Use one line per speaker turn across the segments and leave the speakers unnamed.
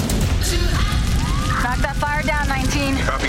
Knock that fire down, 19.
Copy,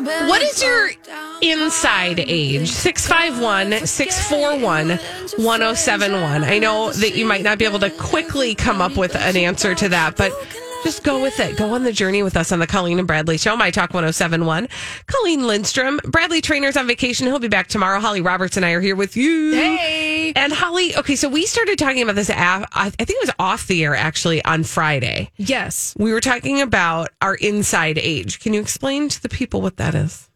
What is your inside age? 651 641 1071. I know that you might not be able to quickly come up with an answer to that, but just go with it. Go on the journey with us on the Colleen and Bradley Show, My Talk 1071. Colleen Lindstrom, Bradley Trainer's on vacation. He'll be back tomorrow. Holly Roberts and I are here with you. Hey. And Holly, okay, so we started talking about this, af- I I think it was off the air actually on Friday.
Yes.
We were talking about our inside age. Can you explain to the people what that is?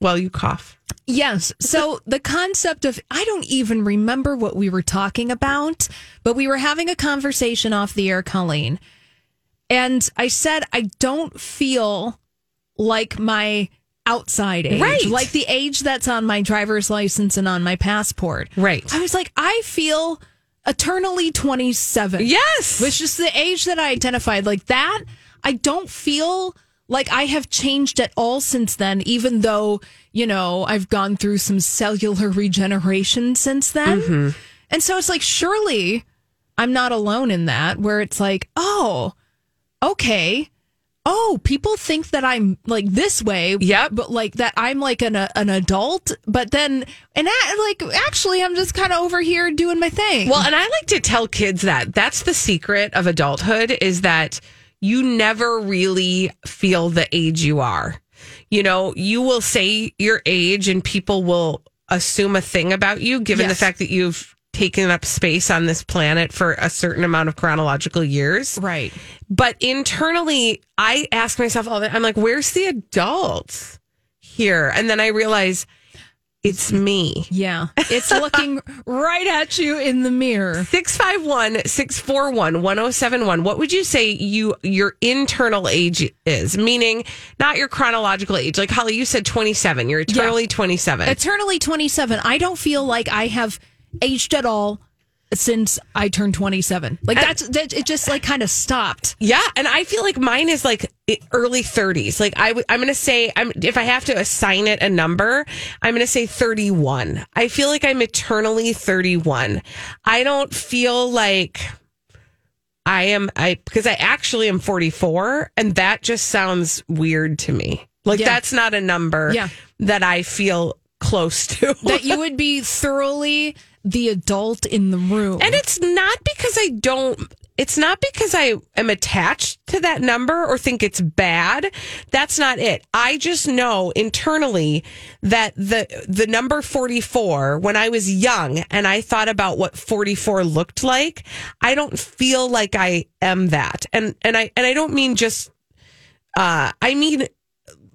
While you cough.
Yes. So the concept of, I don't even remember what we were talking about, but we were having a conversation off the air, Colleen. And I said, I don't feel like my outside age,
Right.
like the age that's on my driver's license and on my passport.
Right.
I was like, I feel eternally 27.
Yes.
Which is the age that I identified. Like that, I don't feel like I have changed at all since then, even though, you know, I've gone through some cellular regeneration since then.
Mm-hmm.
And so it's like, surely I'm not alone in that, where it's like, oh, okay. Oh, people think that I'm like this way.
Yep.
But like that I'm like an, a, an adult, but then, and I, like, actually, I'm just kind of over here doing my thing.
well, and I like to tell kids that that's the secret of adulthood is that you never really feel the age you are. You know, you will say your age and people will assume a thing about you given the
Yes.
fact that you've taken up space on this planet for a certain amount of chronological years.
right.
But internally, I ask myself all that. I'm like, where's the adults here? And then I realize it's me.
Yeah. It's looking right at you in the mirror.
651 641 1071. What would you say you your internal age is? Meaning not your chronological age. Like Holly, you said 27. You're eternally 27.
Eternally 27. I don't feel like I have aged at all since I turned 27. Like that's that it just like kind of stopped.
yeah, and I feel like mine is like i- early 30s. Like I w- I'm going to say I'm if I have to assign it a number, I'm going to say 31. I feel like I'm eternally 31. I don't feel like I am I because I actually am 44 and that just sounds weird to me. Like
Yeah.
that's not a number
Yeah.
that I feel close to.
That you would be thoroughly the adult in the room.
And it's not because I don't. It's not because I am attached to that number or think it's bad. That's not it. I just know internally that the the number 44 when I was young and I thought about what 44 looked like, I don't feel like I am that. And and I and I don't mean just uh I mean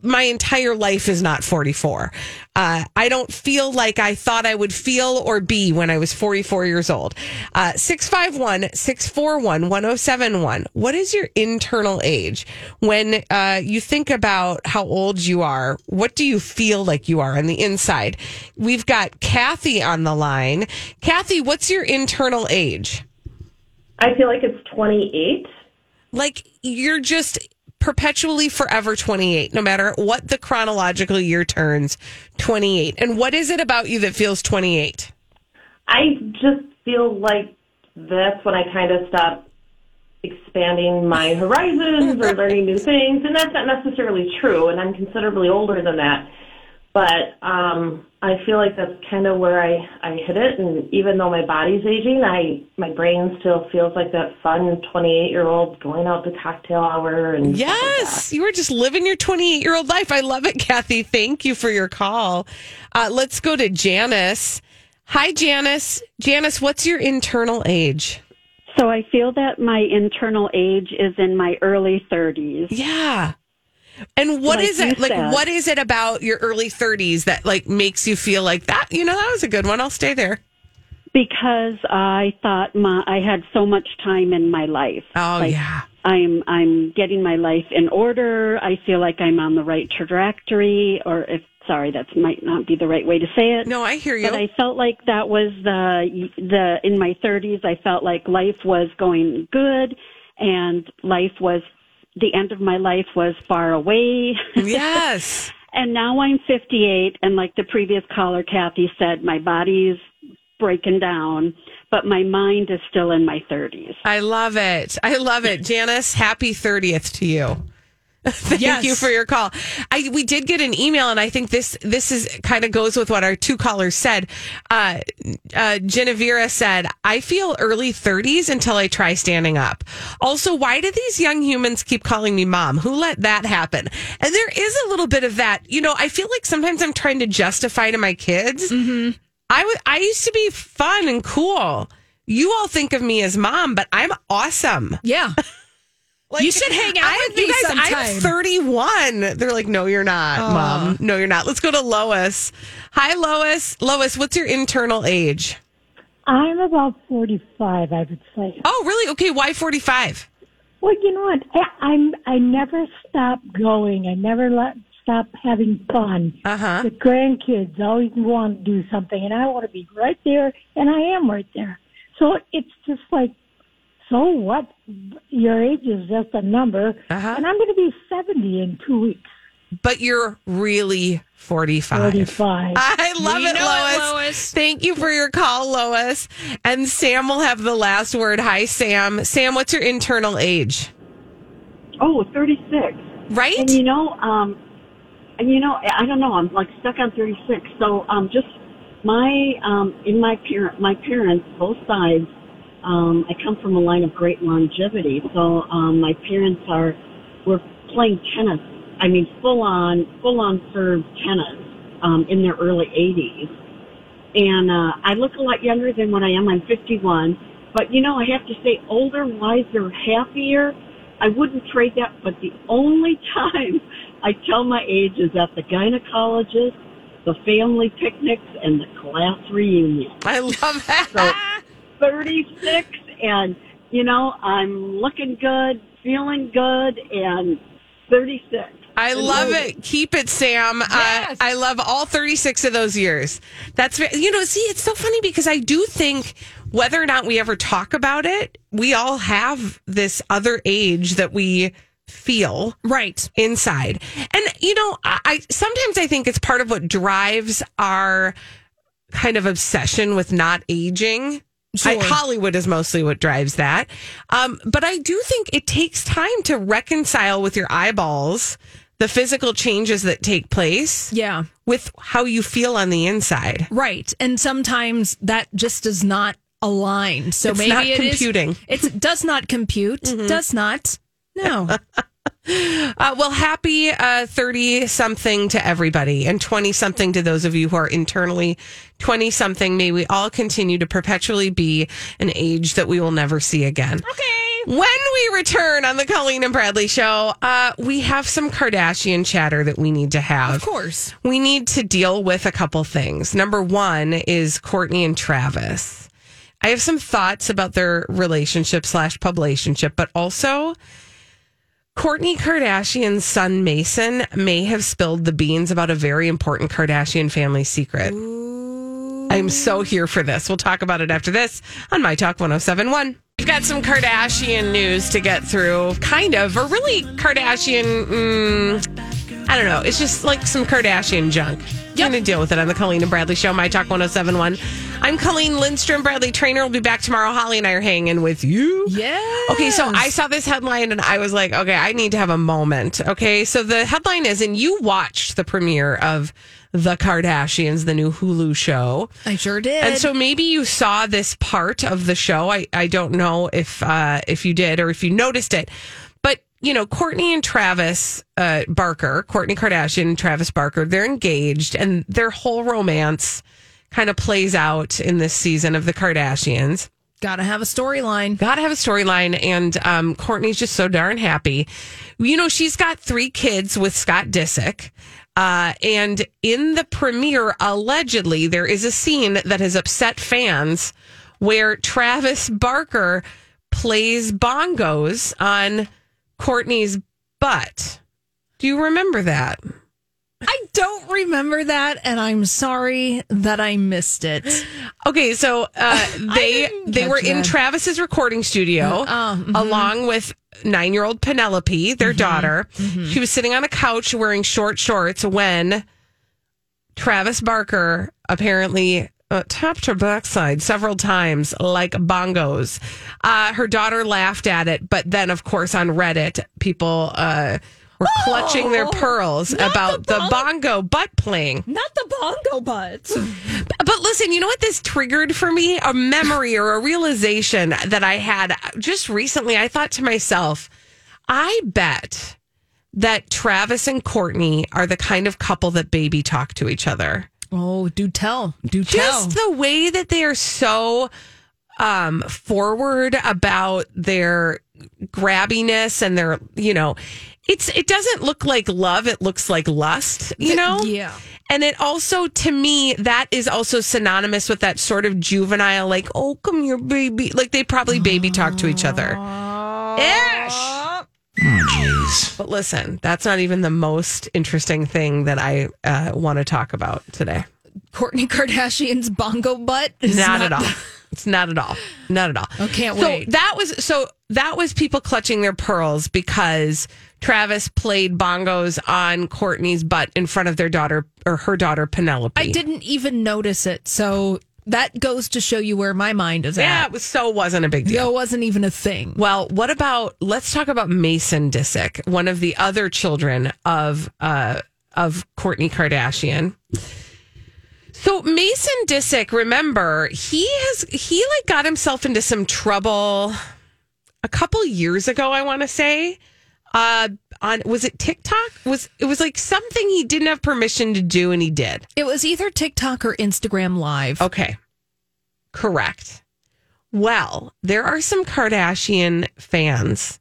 my entire life is not 44. Uh, I don't feel like I thought I would feel or be when I was 44 years old. Uh, 651 641 1071. What is your internal age? When uh, you think about how old you are, what do you feel like you are on the inside? We've got Kathy on the line. Kathy, what's your internal age?
I feel like it's 28.
like you're just perpetually forever 28 no matter what the chronological year turns 28 and what is it about you that feels 28
I just feel like that's when I kind of stop expanding my horizons or learning new things, and that's not necessarily true, and I'm considerably older than that. But um, I feel like that's kind of where I, I hit it. And even though my body's aging, I my brain still feels like that fun 28 year old going out to cocktail hour and stuff like
Yes, you were just living your 28 year old life. I love it, Kathy. Thank you for your call. Uh, let's go to Janice. Hi, Janice. Janice, what's your internal age?
So I feel that my internal age is in my early 30s.
Yeah. And what
Like
is
you
it like?
said.
What is it about your early 30s that like makes you feel like that? You know, that was a good one. I'll stay there.
because I thought my I had so much time in my life.
Oh,
Like,
yeah.
I'm I'm getting my life in order. I feel like I'm on the right trajectory or if sorry that might not be the right way to say it.
No, I hear you.
But I felt like that was the the in my 30s I felt like life was going good and life was the end of my life was far away.
yes.
And now I'm 58, and like the previous caller, Kathy said, my body's breaking down, but my mind is still in my 30s.
I love it. I love it. Janice, happy 30th to you. Thank
Yes.
you for your call. I we did get an email and I think this this is kind of goes with what our two callers said. Uh uh Genevira said, "I feel early 30s until I try standing up." Also, why do these young humans keep calling me mom? Who let that happen? And there is a little bit of that. You know, I feel like sometimes I'm trying to justify to my kids I wa- I used to be fun and cool. You all think of me as mom, but I'm awesome.
Yeah.
Like,
You should hang out
I,
with me
you guys, I'm
sometime.
31. They're like, no, you're not, mom. No, you're not. Let's go to Lois. Hi, Lois. Lois, what's your internal age?
I'm about 45, I would say.
Oh, really? Okay, why 45?
Well, you know what? I, I'm I never stop going. I never let stop having fun.
Uh-huh.
The grandkids always want to do something, and I want to be right there, and I am right there. So it's just like, so what? Your age is just a number,
Uh-huh.
and I'm going to be 70 in two weeks.
But you're really 45.
45.
I love
We
it,
know it,
Lois.
Lois.
Thank you for your call, Lois. And Sam will have the last word. Hi, Sam. Sam, what's your internal age?
Oh, 36.
Right?
And you know, um, and you know, I don't know. I'm like stuck on 36. So, um, just my um, in my parent, my parents, both sides. Um, I come from a line of great longevity. So, um, my parents are were playing tennis. I mean, full on, full on serve tennis um, in their early 80s. And uh, I look a lot younger than what I am. I'm 51. But you know, I have to say, older, wiser, happier. I wouldn't trade that. But the only time I tell my age is at the gynecologist, the family picnics, and the class reunion.
I love that.
36, and you know, I'm looking good, feeling good, and 36.
I love it. Keep it, Sam. Uh, I love all 36 of those years. That's, ve- you know, see, it's so funny because I do think whether or not we ever talk about it, we all have this other age that we feel
Right.
inside. And, you know, I, I sometimes I think it's part of what drives our kind of obsession with not aging. I,
Sure.
Hollywood is mostly what drives that. Um, but I do think it takes time to reconcile with your eyeballs the physical changes that take place
Yeah.
with how you feel on the inside.
Right. And sometimes that just does not align. So
It's
maybe
not
it is-
computing. Mm-hmm.
it's does not compute. Does not. No.
Uh, well, happy uh, 30 something to everybody and 20 something to those of you who are internally 20 something. May we all continue to perpetually be an age that we will never see again. Okay. When we return on the Colleen and Bradley show, uh, we have some Kardashian chatter that we need to have. Of
course.
We need to deal with a couple things. Number one is Courtney and Travis. I have some thoughts about their relationship slash publicationship, but also Courtney Kardashian's son Mason may have spilled the beans about a very important Kardashian family secret. I'm so here for this. We'll talk about it after this on My Talk 1071. We've got some Kardashian news to get through, kind of, or really Kardashian. Mm, I I don't know. It's just like some Kardashian junk. You're going to deal with it on the Colleen and Bradley Show, My Talk 1071. I'm Colleen Lindstrom, Bradley Trainer. will be back tomorrow. Holly and I are hanging with you.
Yeah.
Okay, so I saw this headline and I was like, okay, I need to have a moment. Okay, so the headline is, and you watched the premiere of The Kardashians, the new Hulu show.
I sure did.
And so maybe you saw this part of the show. I, I don't know if uh, if you did or if you noticed it. But, you know, Courtney and Travis uh, Barker, Courtney Kardashian and Travis Barker, they're engaged and their whole romance kind of plays out in this season of The Kardashians.
gotta have a storyline.
Gotta have a storyline, and um, Courtney's just so darn happy. You know, she's got three kids with Scott Disick. Uh, and in the premiere, allegedly, there is a scene that has upset fans where Travis Barker plays bongos on Courtney's butt. Do you remember that?
I don't remember that, and I'm sorry that I missed it.
Okay, so uh, they
didn't
they
catch
were in
that. Uh, mm-hmm.
Travis's recording studio along with nine year old Penelope, their daughter.
Mm-hmm.
She was sitting on a couch wearing short shorts when Travis Barker apparently uh, tapped her backside several times like bongos. Uh, her daughter laughed at it, but then, of course, on Reddit, people uh, were clutching
Oh,
their pearls about the bongo butt playing.
Not the bongo butts.
But listen, you know what this triggered for me? A memory or a realization that I had just recently. I thought to myself, I bet that Travis and Courtney are the kind of couple that baby talk to each other.
Oh, do tell. Do tell.
Just the way that they are so um forward about their grabbiness and their, you know, it's it doesn't look like love, it looks like lust, you know?
yeah.
And it also, to me, that is also synonymous with that sort of juvenile, like, oh, come here, baby. Like they probably baby talk to each other. Ish. But listen, that's not even the most interesting thing that I uh, want to talk about today.
Courtney Kardashian's bongo butt. is
not, at all. Oh, It's not at all. Not at all.
I can't
so
wait.
that was so that was people clutching their pearls because Travis played bongos on Courtney's butt in front of their daughter or her daughter Penelope.
I didn't even notice it. So that goes to show you where my mind is
Yeah,
at.
it was so wasn't a big deal.
It wasn't even a thing.
Well, what about let's talk about Mason Disick, one of the other children of uh of Courtney Kardashian. So Mason Disick, remember, he has he like got himself into some trouble a couple years ago, I want to say. Uh on was it TikTok? Was it was like something he didn't have permission to do and he did.
It was either TikTok or Instagram Live.
Okay. Correct. Well, there are some Kardashian fans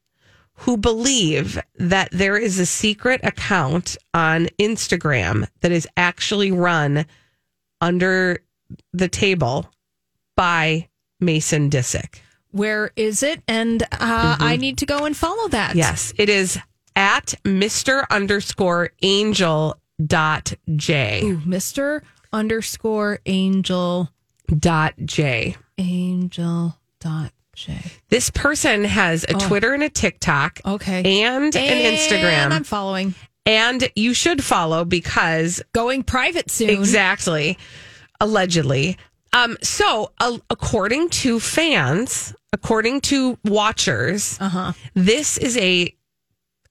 who believe that there is a secret account on Instagram that is actually run under the table by Mason Disick.
Where is it? And uh, I need to go and follow that.
Mm-hmm. Yes, it is at Mr. underscore angel dot J
Ooh, Mr. underscore angel
dot J.
angel dot J.
This person has a Twitter and a TikTok.
Okay.
And, an Instagram.
I'm following.
and you should follow because
Going private soon.
exactly allegedly um so uh, according to fans according to watchers
Uh-huh.
this is a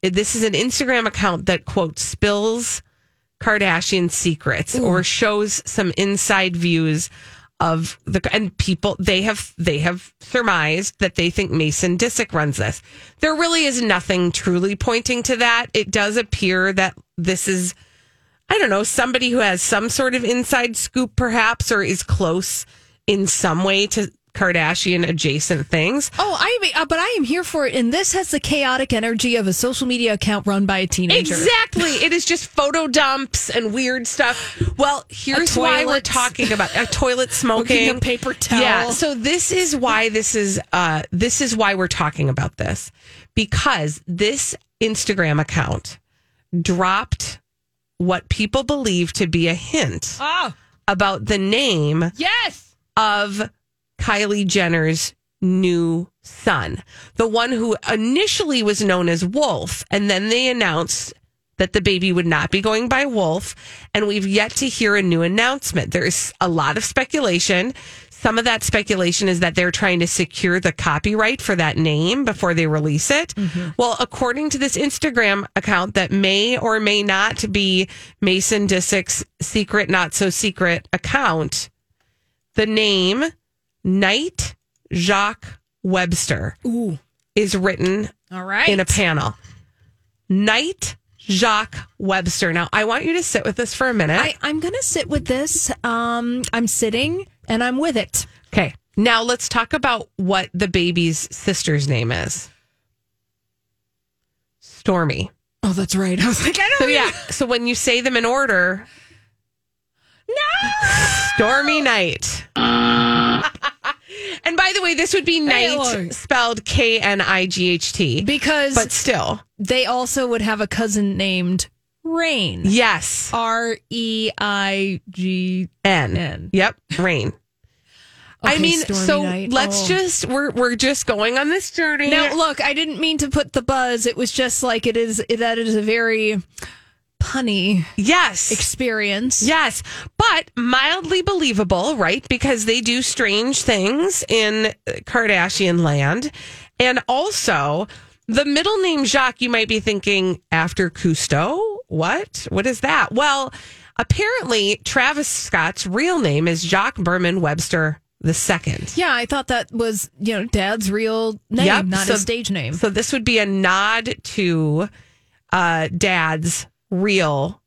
this is an instagram account that quote spills kardashian secrets or shows some inside views of the and people they have they have surmised that they think Mason Disick runs this. There really is nothing truly pointing to that. It does appear that this is I don't know, somebody who has some sort of inside scoop, perhaps, or is close in some way to Kardashian adjacent things.
Oh, I am, uh, but I am here for it. And this has the chaotic energy of a social media account run by a teenager.
Exactly. It is just photo dumps and weird stuff. Well, here's why we're
toilet.
talking about a toilet smoking,
Looking at paper towel.
Yeah. So this is why this is uh, this is why we're talking about this because this Instagram account dropped what people believe to be a hint
Ah,
about the name
Yes.
of Kylie Jenner's new son, the one who initially was known as Wolf, and then they announced that the baby would not be going by Wolf, and we've yet to hear a new announcement. There is a lot of speculation. Some of that speculation is that they're trying to secure the copyright for that name before they release it. Well, according to this Instagram account that may or may not be Mason Disick's secret, not so secret account, the name Knight Jacques Webster is written
All right.
in a panel. Knight Jacques Webster. Now, I want you to sit with this for a minute.
I, I'm going to sit with this. Um, I'm sitting and I'm with it.
okay. Now, let's talk about what the baby's sister's name is Stormy.
Oh, that's right. I was like, I don't
So, yeah. So, when you say them in order, no! Stormy Knight. and by the way, this would be Knight
Lord.
spelled K N I G H T.
Because
But still,
they also would have a cousin named Rain.
yes.
R E I G
N.
N.
Yep. Rain. I
Okay,
mean,
Stormy
so
Night.
let's
Oh.
just we're we're just going on this journey.
Now, look, I didn't mean to put the buzz. It was just like it is that it is a very punny
yes,
experience.
yes, but mildly believable, right? Because they do strange things in Kardashian land, and also the middle name Jacques. You might be thinking after Cousteau, what? What is that? Well, apparently Travis Scott's real name is Jacques Berman Webster the second.
Yeah, I thought that was you know Dad's real name,
Yep,
not
so-
his stage name.
So this would be a nod to uh, dad's real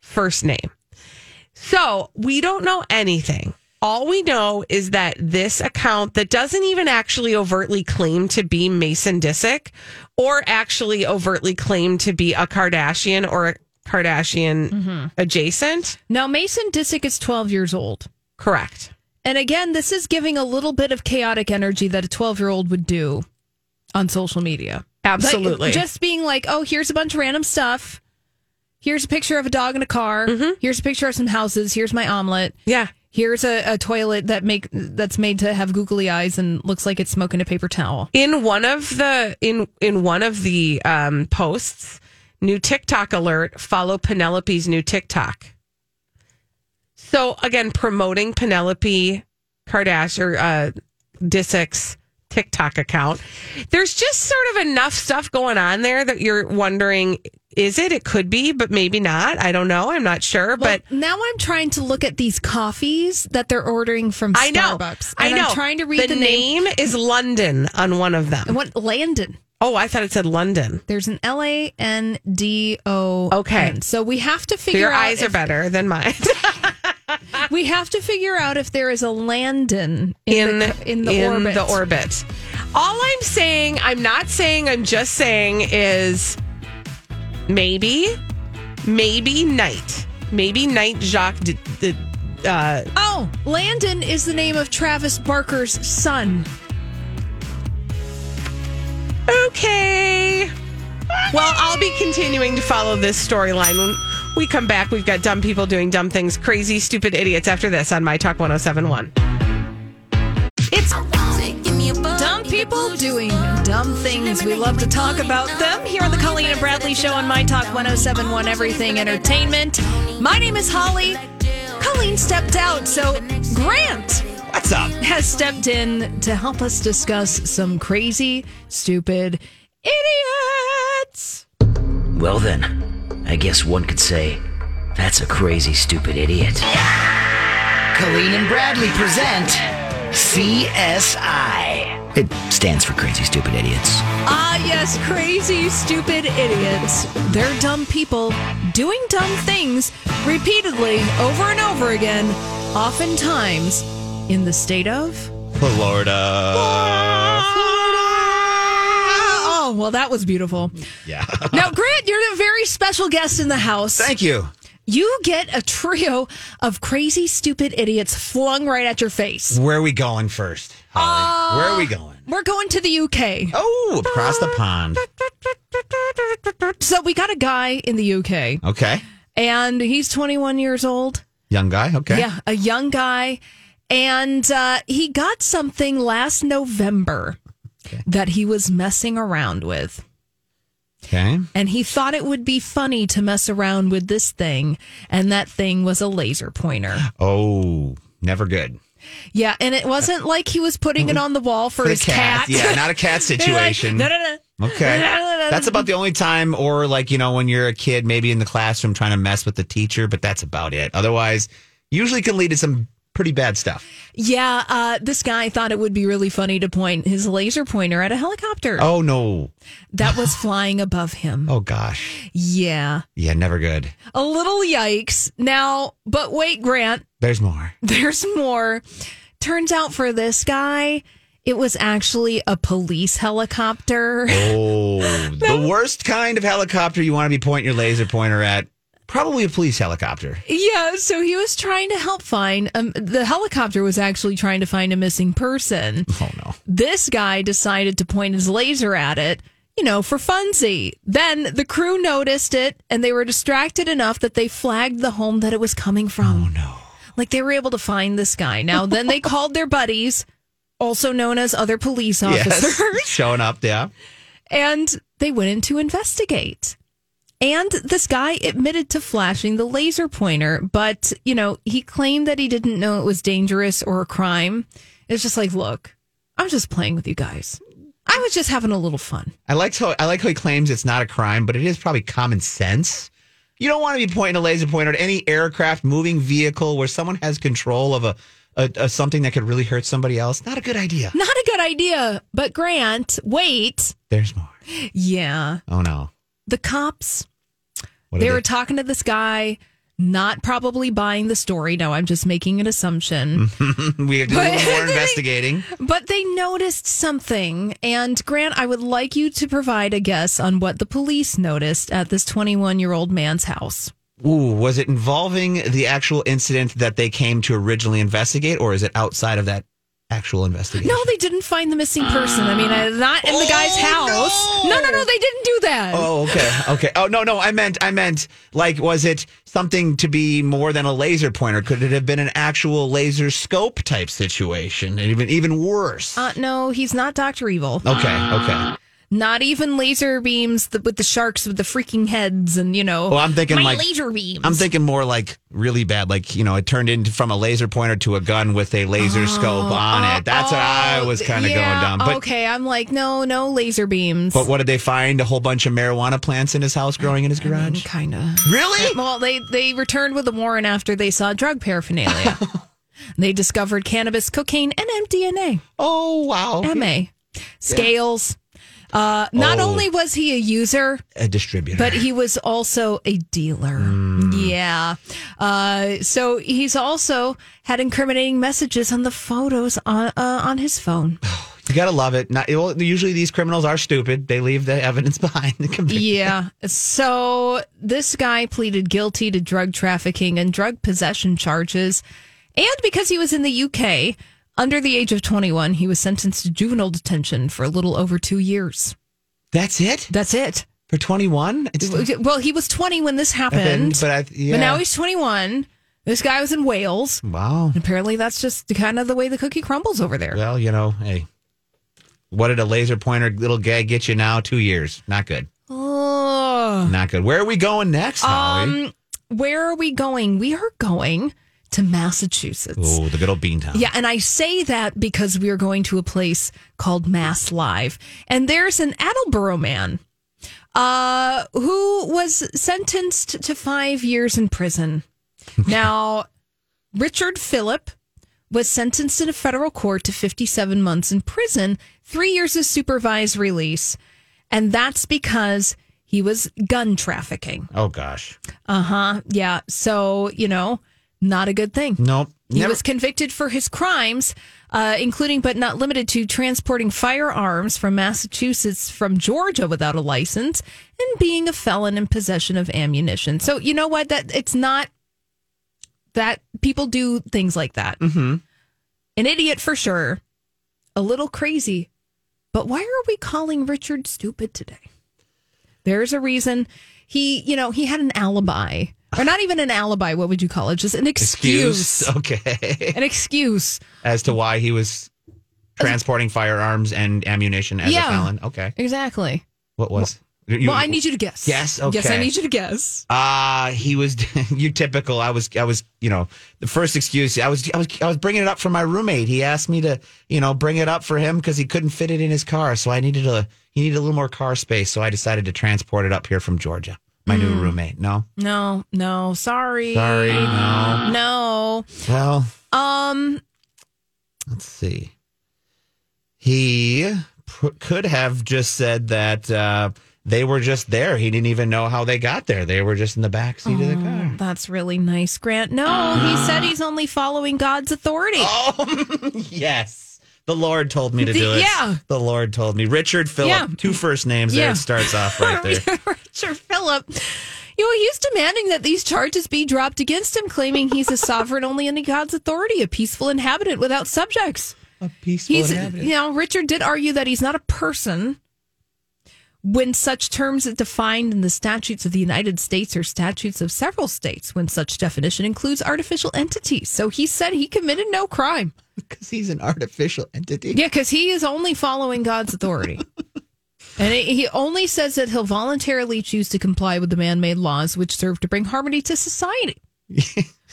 first name. So we don't know anything. All we know is that this account that doesn't even actually overtly claim to be Mason Disick or actually overtly claim to be a Kardashian or a Kardashian
Mm-hmm.
adjacent.
now Mason Disick is 12 years old,
Correct.
and again, this is giving a little bit of chaotic energy that a 12 year old would do on social media.
Absolutely.
Like, just being like, oh, here's a bunch of random stuff. Here's a picture of a dog in a car.
Mm-hmm.
Here's a picture of some houses. Here's my omelet.
yeah.
Here's a, a toilet that make that's made to have googly eyes and looks like it's smoking a paper towel.
in one of the in in one of the um posts new tiktok alert follow penelope's new tiktok so again promoting penelope kardashian or uh disick's tiktok account there's just sort of enough stuff going on there that you're wondering is it it could be but maybe not i don't know i'm not sure but
Well, now I'm trying to look at these coffees that they're ordering from
I know.
Starbucks.
I
and
know.
I'm trying to read the, name.
name is London on one of them.
I want Landon.
Oh, I thought it said London.
There's an L A N D O.
Okay.
So we have to
So
figure
your
out.
eyes are
if,
better than mine.
we have to figure out if there is a Landon in, the, co- in the orbit.
the orbit. All I'm saying, I'm not saying, I'm just saying is maybe, maybe Knight, maybe Knight Jacques. D- d- uh,
Oh, Landon is the name of Travis Barker's son.
okay. Well, I'll be continuing to follow this storyline when we come back. We've got dumb people doing dumb things, crazy, stupid idiots. After this on My Talk 1071.
It's dumb people doing dumb things. We love to talk about them here on the Colleen and Bradley Show on My Talk 1071 Everything Entertainment. My name is Holly. Colleen stepped out, so Grant
What's up?
has stepped in to help us discuss some crazy, stupid idiots.
Well, then, I guess one could say that's a crazy, stupid idiot. Colleen and Bradley present CSI. It stands for Crazy, Stupid Idiots.
Ah, yes, crazy, stupid idiots. They're dumb people doing dumb things repeatedly over and over again, oftentimes in the state of.
Florida.
Oh, well, that was beautiful.
Yeah.
Now, Grant, you're a very special guest in the house.
Thank you.
You get a trio of crazy, stupid idiots flung right at your face.
Where are we going first? Holly? Where are we going?
We're going to the UK.
Oh, across the pond.
So, we got a guy in the UK,
Okay.
and he's 21 years old.
Young guy. Okay.
Yeah, a young guy. And uh, he got something last November that he was messing around with.
Okay.
And he thought it would be funny to mess around with this thing. And that thing was a laser pointer.
Oh, never good.
Yeah. And it wasn't like he was putting it on the wall for,
the
his cat.
Yeah, not a cat
They're like,
situation.
"No, no, no."
Okay. That's about the only time, or like, you know, when you're a kid, maybe in the classroom trying to mess with the teacher, but that's about it. Otherwise, usually can lead to some pretty bad stuff.
Yeah, uh, this guy thought it would be really funny to point his laser pointer at a helicopter
Oh, no.
that was flying above him.
Oh, gosh.
Yeah,
Yeah, never good.
a little yikes. Now, but wait, Grant,
There's more.
there's more. Turns out for this guy, it was actually a police helicopter.
Oh, the worst kind of helicopter you want to be pointing your laser pointer at. Probably a police helicopter.
Yeah, so he was trying to help find um, the helicopter was actually trying to find a missing person.
Oh no.
This guy decided to point his laser at it, you know, for funsy. Then the crew noticed it and they were distracted enough that they flagged the home that it was coming from. Oh
no.
Like they were able to find this guy. Now then they called their buddies, also known as other police officers
Yes. Showing up, yeah.
and they went in to investigate. And this guy admitted to flashing the laser pointer, but you know, he claimed that he didn't know it was dangerous or a crime. It's just like, look, I'm just playing with you guys. I was just having a little fun.
I like how I like how he claims it's not a crime, but it is probably common sense. You don't want to be pointing a laser pointer at any aircraft, moving vehicle where someone has control of a, uh, a, a something that could really hurt somebody else. Not a good idea.
Not a good idea, but Grant, wait.
There's more.
Yeah.
Oh no.
The cops,
What
they
are
were talking to this guy, not probably buying the story. No, I'm just making an assumption.
we are doing a little more investigating.
But they noticed something. And Grant, I would like you to provide a guess on what the police noticed at this 21 year old man's house.
Ooh, was it involving the actual incident that they came to originally investigate, or is it outside of that actual investigation?
No, they didn't find the missing person. I mean, uh, not in the guy's house. No. no, no, they didn't do that.
Oh, okay, okay. Oh no, no, I meant, I meant, like, was it something to be more than a laser pointer? Could it have been an actual laser scope type situation, and even even worse?
Uh, no, he's not Dr. Evil.
Okay, okay.
Not even laser beams th- with the sharks with the freaking heads and, you know,
Well, I'm thinking
my
like
laser beams.
I'm thinking more like really bad, like you know, it turned into from a laser pointer to a gun with a laser scope on it. That's what I was kind of
Oh, Yeah,
going down. But
okay, I'm like, no, no laser beams.
But what did they find? A whole bunch of marijuana plants in his house growing in his garage?
Kind of.
Really?
Well, they they returned with a warrant after they saw drug paraphernalia. they discovered cannabis, cocaine, and MDMA.
Oh wow!
MA scales. Uh, not
Oh.
only was he a user,
A distributor. Mm.
but he was also a dealer. Yeah. Uh, so he's also had incriminating messages on the photos on uh, on his phone.
you gotta love it. Not, well, usually these criminals are stupid. They leave the evidence behind. The conviction.
Yeah. So this guy pleaded guilty to drug trafficking and drug possession charges. And because he was in the UK under the age of 21, he was sentenced to juvenile detention for a little over two years.
That's it
That's it.
for twenty one.
Well, he was 20 when this happened,
Happened, but I- yeah.
now he's 21. This guy was in Wales.
Wow.
Apparently, that's just kind of the way the cookie crumbles over there.
Well, you know, hey, what did a laser pointer little guy get you now? Two years. Not good.
Oh.
Not good. Where are we going next, Holly?
Um, where are we going? We are going to Massachusetts.
oh, the good old Beantown.
Yeah, and I say that because we are going to a place called Mass Live, and there's an Attleboro man uh, who was sentenced to five years in prison. now, Richard Phillip was sentenced in a federal court to 57 months in prison, three years of supervised release, and that's because he was gun trafficking.
Oh gosh.
Uh huh. Yeah. So you know, not a good thing.
Nope.
He
Never-
was convicted for his crimes, uh, including but not limited to transporting firearms from Massachusetts from Georgia without a license and being a felon in possession of ammunition. So you know what? That it's not that people do things like that.
Mm-hmm.
An idiot for sure, a little crazy. But why are we calling Richard stupid today? There's a reason. He, you know, he had an alibi, or not even an alibi. What would you call it? Just an excuse.
Okay.
An excuse.
as to why he was transporting firearms and ammunition as
Yeah.
a felon. Okay.
Exactly.
What was? You-
well, I need you to guess.
Yes, okay.
Yes, I need you to guess.
Uh he was you typical. I was I was you know the first excuse I was I was I was bringing it up for my roommate. He asked me to you know bring it up for him because he couldn't fit it in his car, so I needed a he needed a little more car space. So I decided to transport it up here from Georgia. My new roommate. No,
No, no, sorry.
Sorry, no.
No.
well
Um,
let's see. He pr- could have just said that uh, they were just there. He didn't even know how they got there. They were just in the back seat of the car.
Oh, that's really nice, Grant. No, he said he's only following God's authority.
Oh, Yes. The Lord told me to
The-
do it.
yeah.
The Lord told me. Richard Phillip,
Yeah.
two first names there.
Yeah.
It starts off right there.
Richard Phillip. You know, he's demanding that these charges be dropped against him, claiming he's a sovereign only under God's authority, a peaceful inhabitant without subjects.
A peaceful
he's,
inhabitant.
You know, Richard did argue that he's not a person when such terms are defined in the statutes of the United States or statutes of several states, when such definition includes artificial entities. So he said he committed no crime.
Because he's an artificial entity.
Yeah, because he is only following God's authority. and it, he only says that he'll voluntarily choose to comply with the man made laws which serve to bring harmony to society.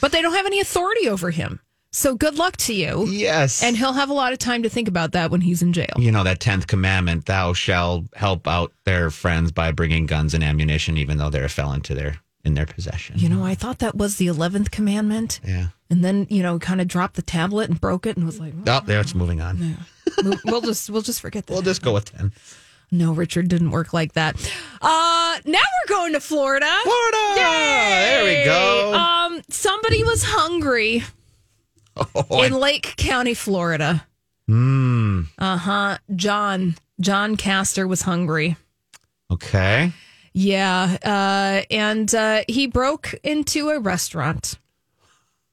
but they don't have any authority over him. So good luck to you.
Yes.
And he'll have a lot of time to think about that when he's in jail.
You know that 10th commandment, thou shalt help out their friends by bringing guns and ammunition, even though they're a felon to their, in their possession.
You know, I thought that was the 11th commandment.
Mm-hmm. Yeah.
And then, you know, kind of dropped the tablet and broke it and was like,
Oh, there it's moving on.
we'll, we'll just we'll just forget that.
We'll just go with 10.
No, Richard didn't work like that. Uh, now we're going to Florida.
Florida! There we
Yay!
go.
Um, somebody was hungry
Oh,
in Lake County, Florida.
mm,
Uh huh. John John Castor was hungry.
okay.
Yeah. Uh, and uh, he broke into a restaurant.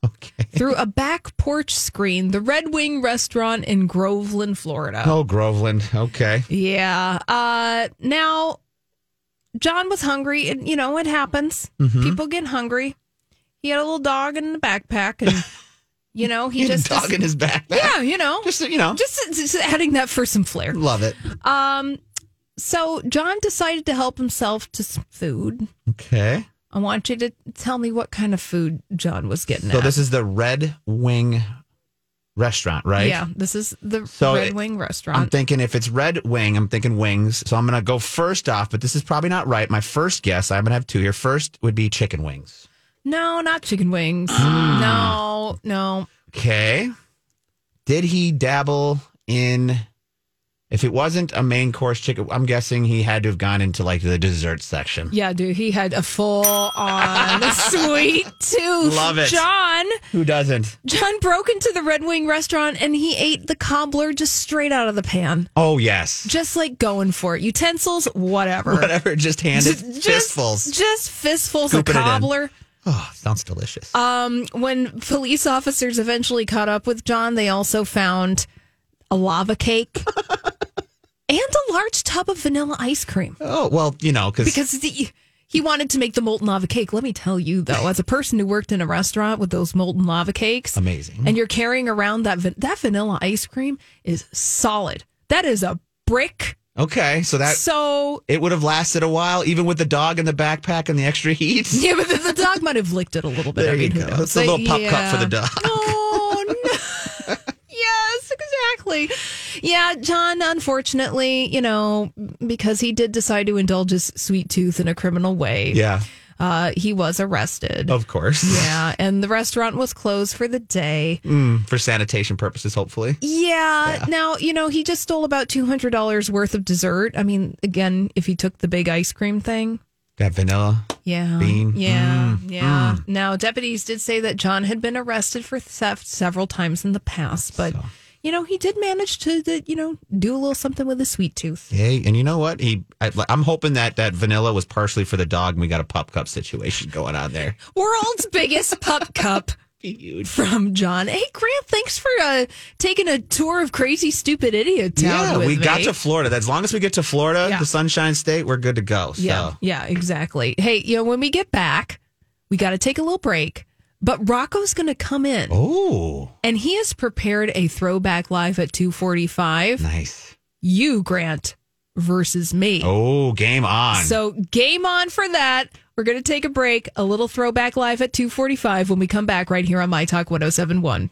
Okay. Through a back porch screen, the Red Wing restaurant in Groveland, Florida.
Oh, Groveland. Okay.
Yeah. Uh now John was hungry and you know it happens.
Mhm.
People get hungry. He had a little dog in the backpack and you know, he,
He had a
just
dog in his backpack.
Yeah, you know.
Just, you know.
Just, just adding that for some flair.
Love it.
Um so John decided to help himself to some food.
Okay.
I want you to tell me what kind of food John was getting
So
at.
this is the Red Wing restaurant, right?
Yeah, this is the
So
Red
it-
Wing
I'm
restaurant.
thinking if it's Red Wing, I'm thinking wings. So I'm going to go first off, but this is probably not right. My first guess, I'm going to have two here. First would be chicken wings.
no, not chicken wings. No, no.
Okay. Did he dabble in if it wasn't a main course chicken, I'm guessing he had to have gone into like the dessert section.
Yeah, dude, he had a full on sweet tooth.
Love it.
John.
Who doesn't?
John broke into the Red Wing restaurant and he ate the cobbler just straight out of the pan.
Oh yes.
Just like going for it. Utensils, whatever.
Whatever, just handed
Just- just-
fistfuls.
Just fistfuls
Scooping it
of
in.
cobbler.
oh, sounds delicious.
Um, when police officers eventually caught up with John, they also found a lava cake and a large tub of vanilla ice cream.
Oh well, you know
because the, he wanted to make the molten lava cake. Let me tell you though, as a person who worked in a restaurant with those molten lava cakes,
Amazing.
And you're carrying around that van- that vanilla ice cream is solid. That is a brick.
Okay, so that
so
it would have lasted a while, even with the dog in the backpack and the extra heat.
yeah, but the, the dog might have licked it a little bit.
There
I
you
mean, who
go.
knows?
It's a
But
little pup cup for the
yeah.
dog.
Oh no. Yes, exactly. Yeah, John, unfortunately, you know, because he did decide to indulge his sweet tooth in a criminal way.
Yeah.
Uh, he was arrested.
Of course.
Yeah, and the restaurant was closed for the day.
Mm, for sanitation purposes, hopefully.
Yeah, now, you know, he just stole about $200 worth of dessert. I mean, again, if he took the big ice cream thing.
Got vanilla.
Yeah.
Bean.
Yeah.
Mm,
yeah.
mm.
Now, deputies did say that John had been arrested for theft several times in the past, but, you know, he did manage to, the, you know, do a little something with his sweet tooth.
Hey, and you know what? He, I, I'm hoping that that vanilla was partially for the dog, and we got a pup cup situation going on there.
World's biggest pup cup. From John. Hey, Grant, thanks for uh, taking a tour of crazy, stupid idiot town.
yeah,
with
we got
me.
to Florida. As long as we get to Florida,
Yeah.
the Sunshine State, we're good to go. So.
Yeah, yeah, exactly. Hey, you know, when we get back, we got to take a little break, but Rocco's going to come in.
Oh,
And he has prepared a throwback live at 245.
Nice.
You, Grant, versus me.
Oh, game on.
So game on for that. We're going to take a break, a little throwback live at 2:45 when we come back right here on My Talk 1071.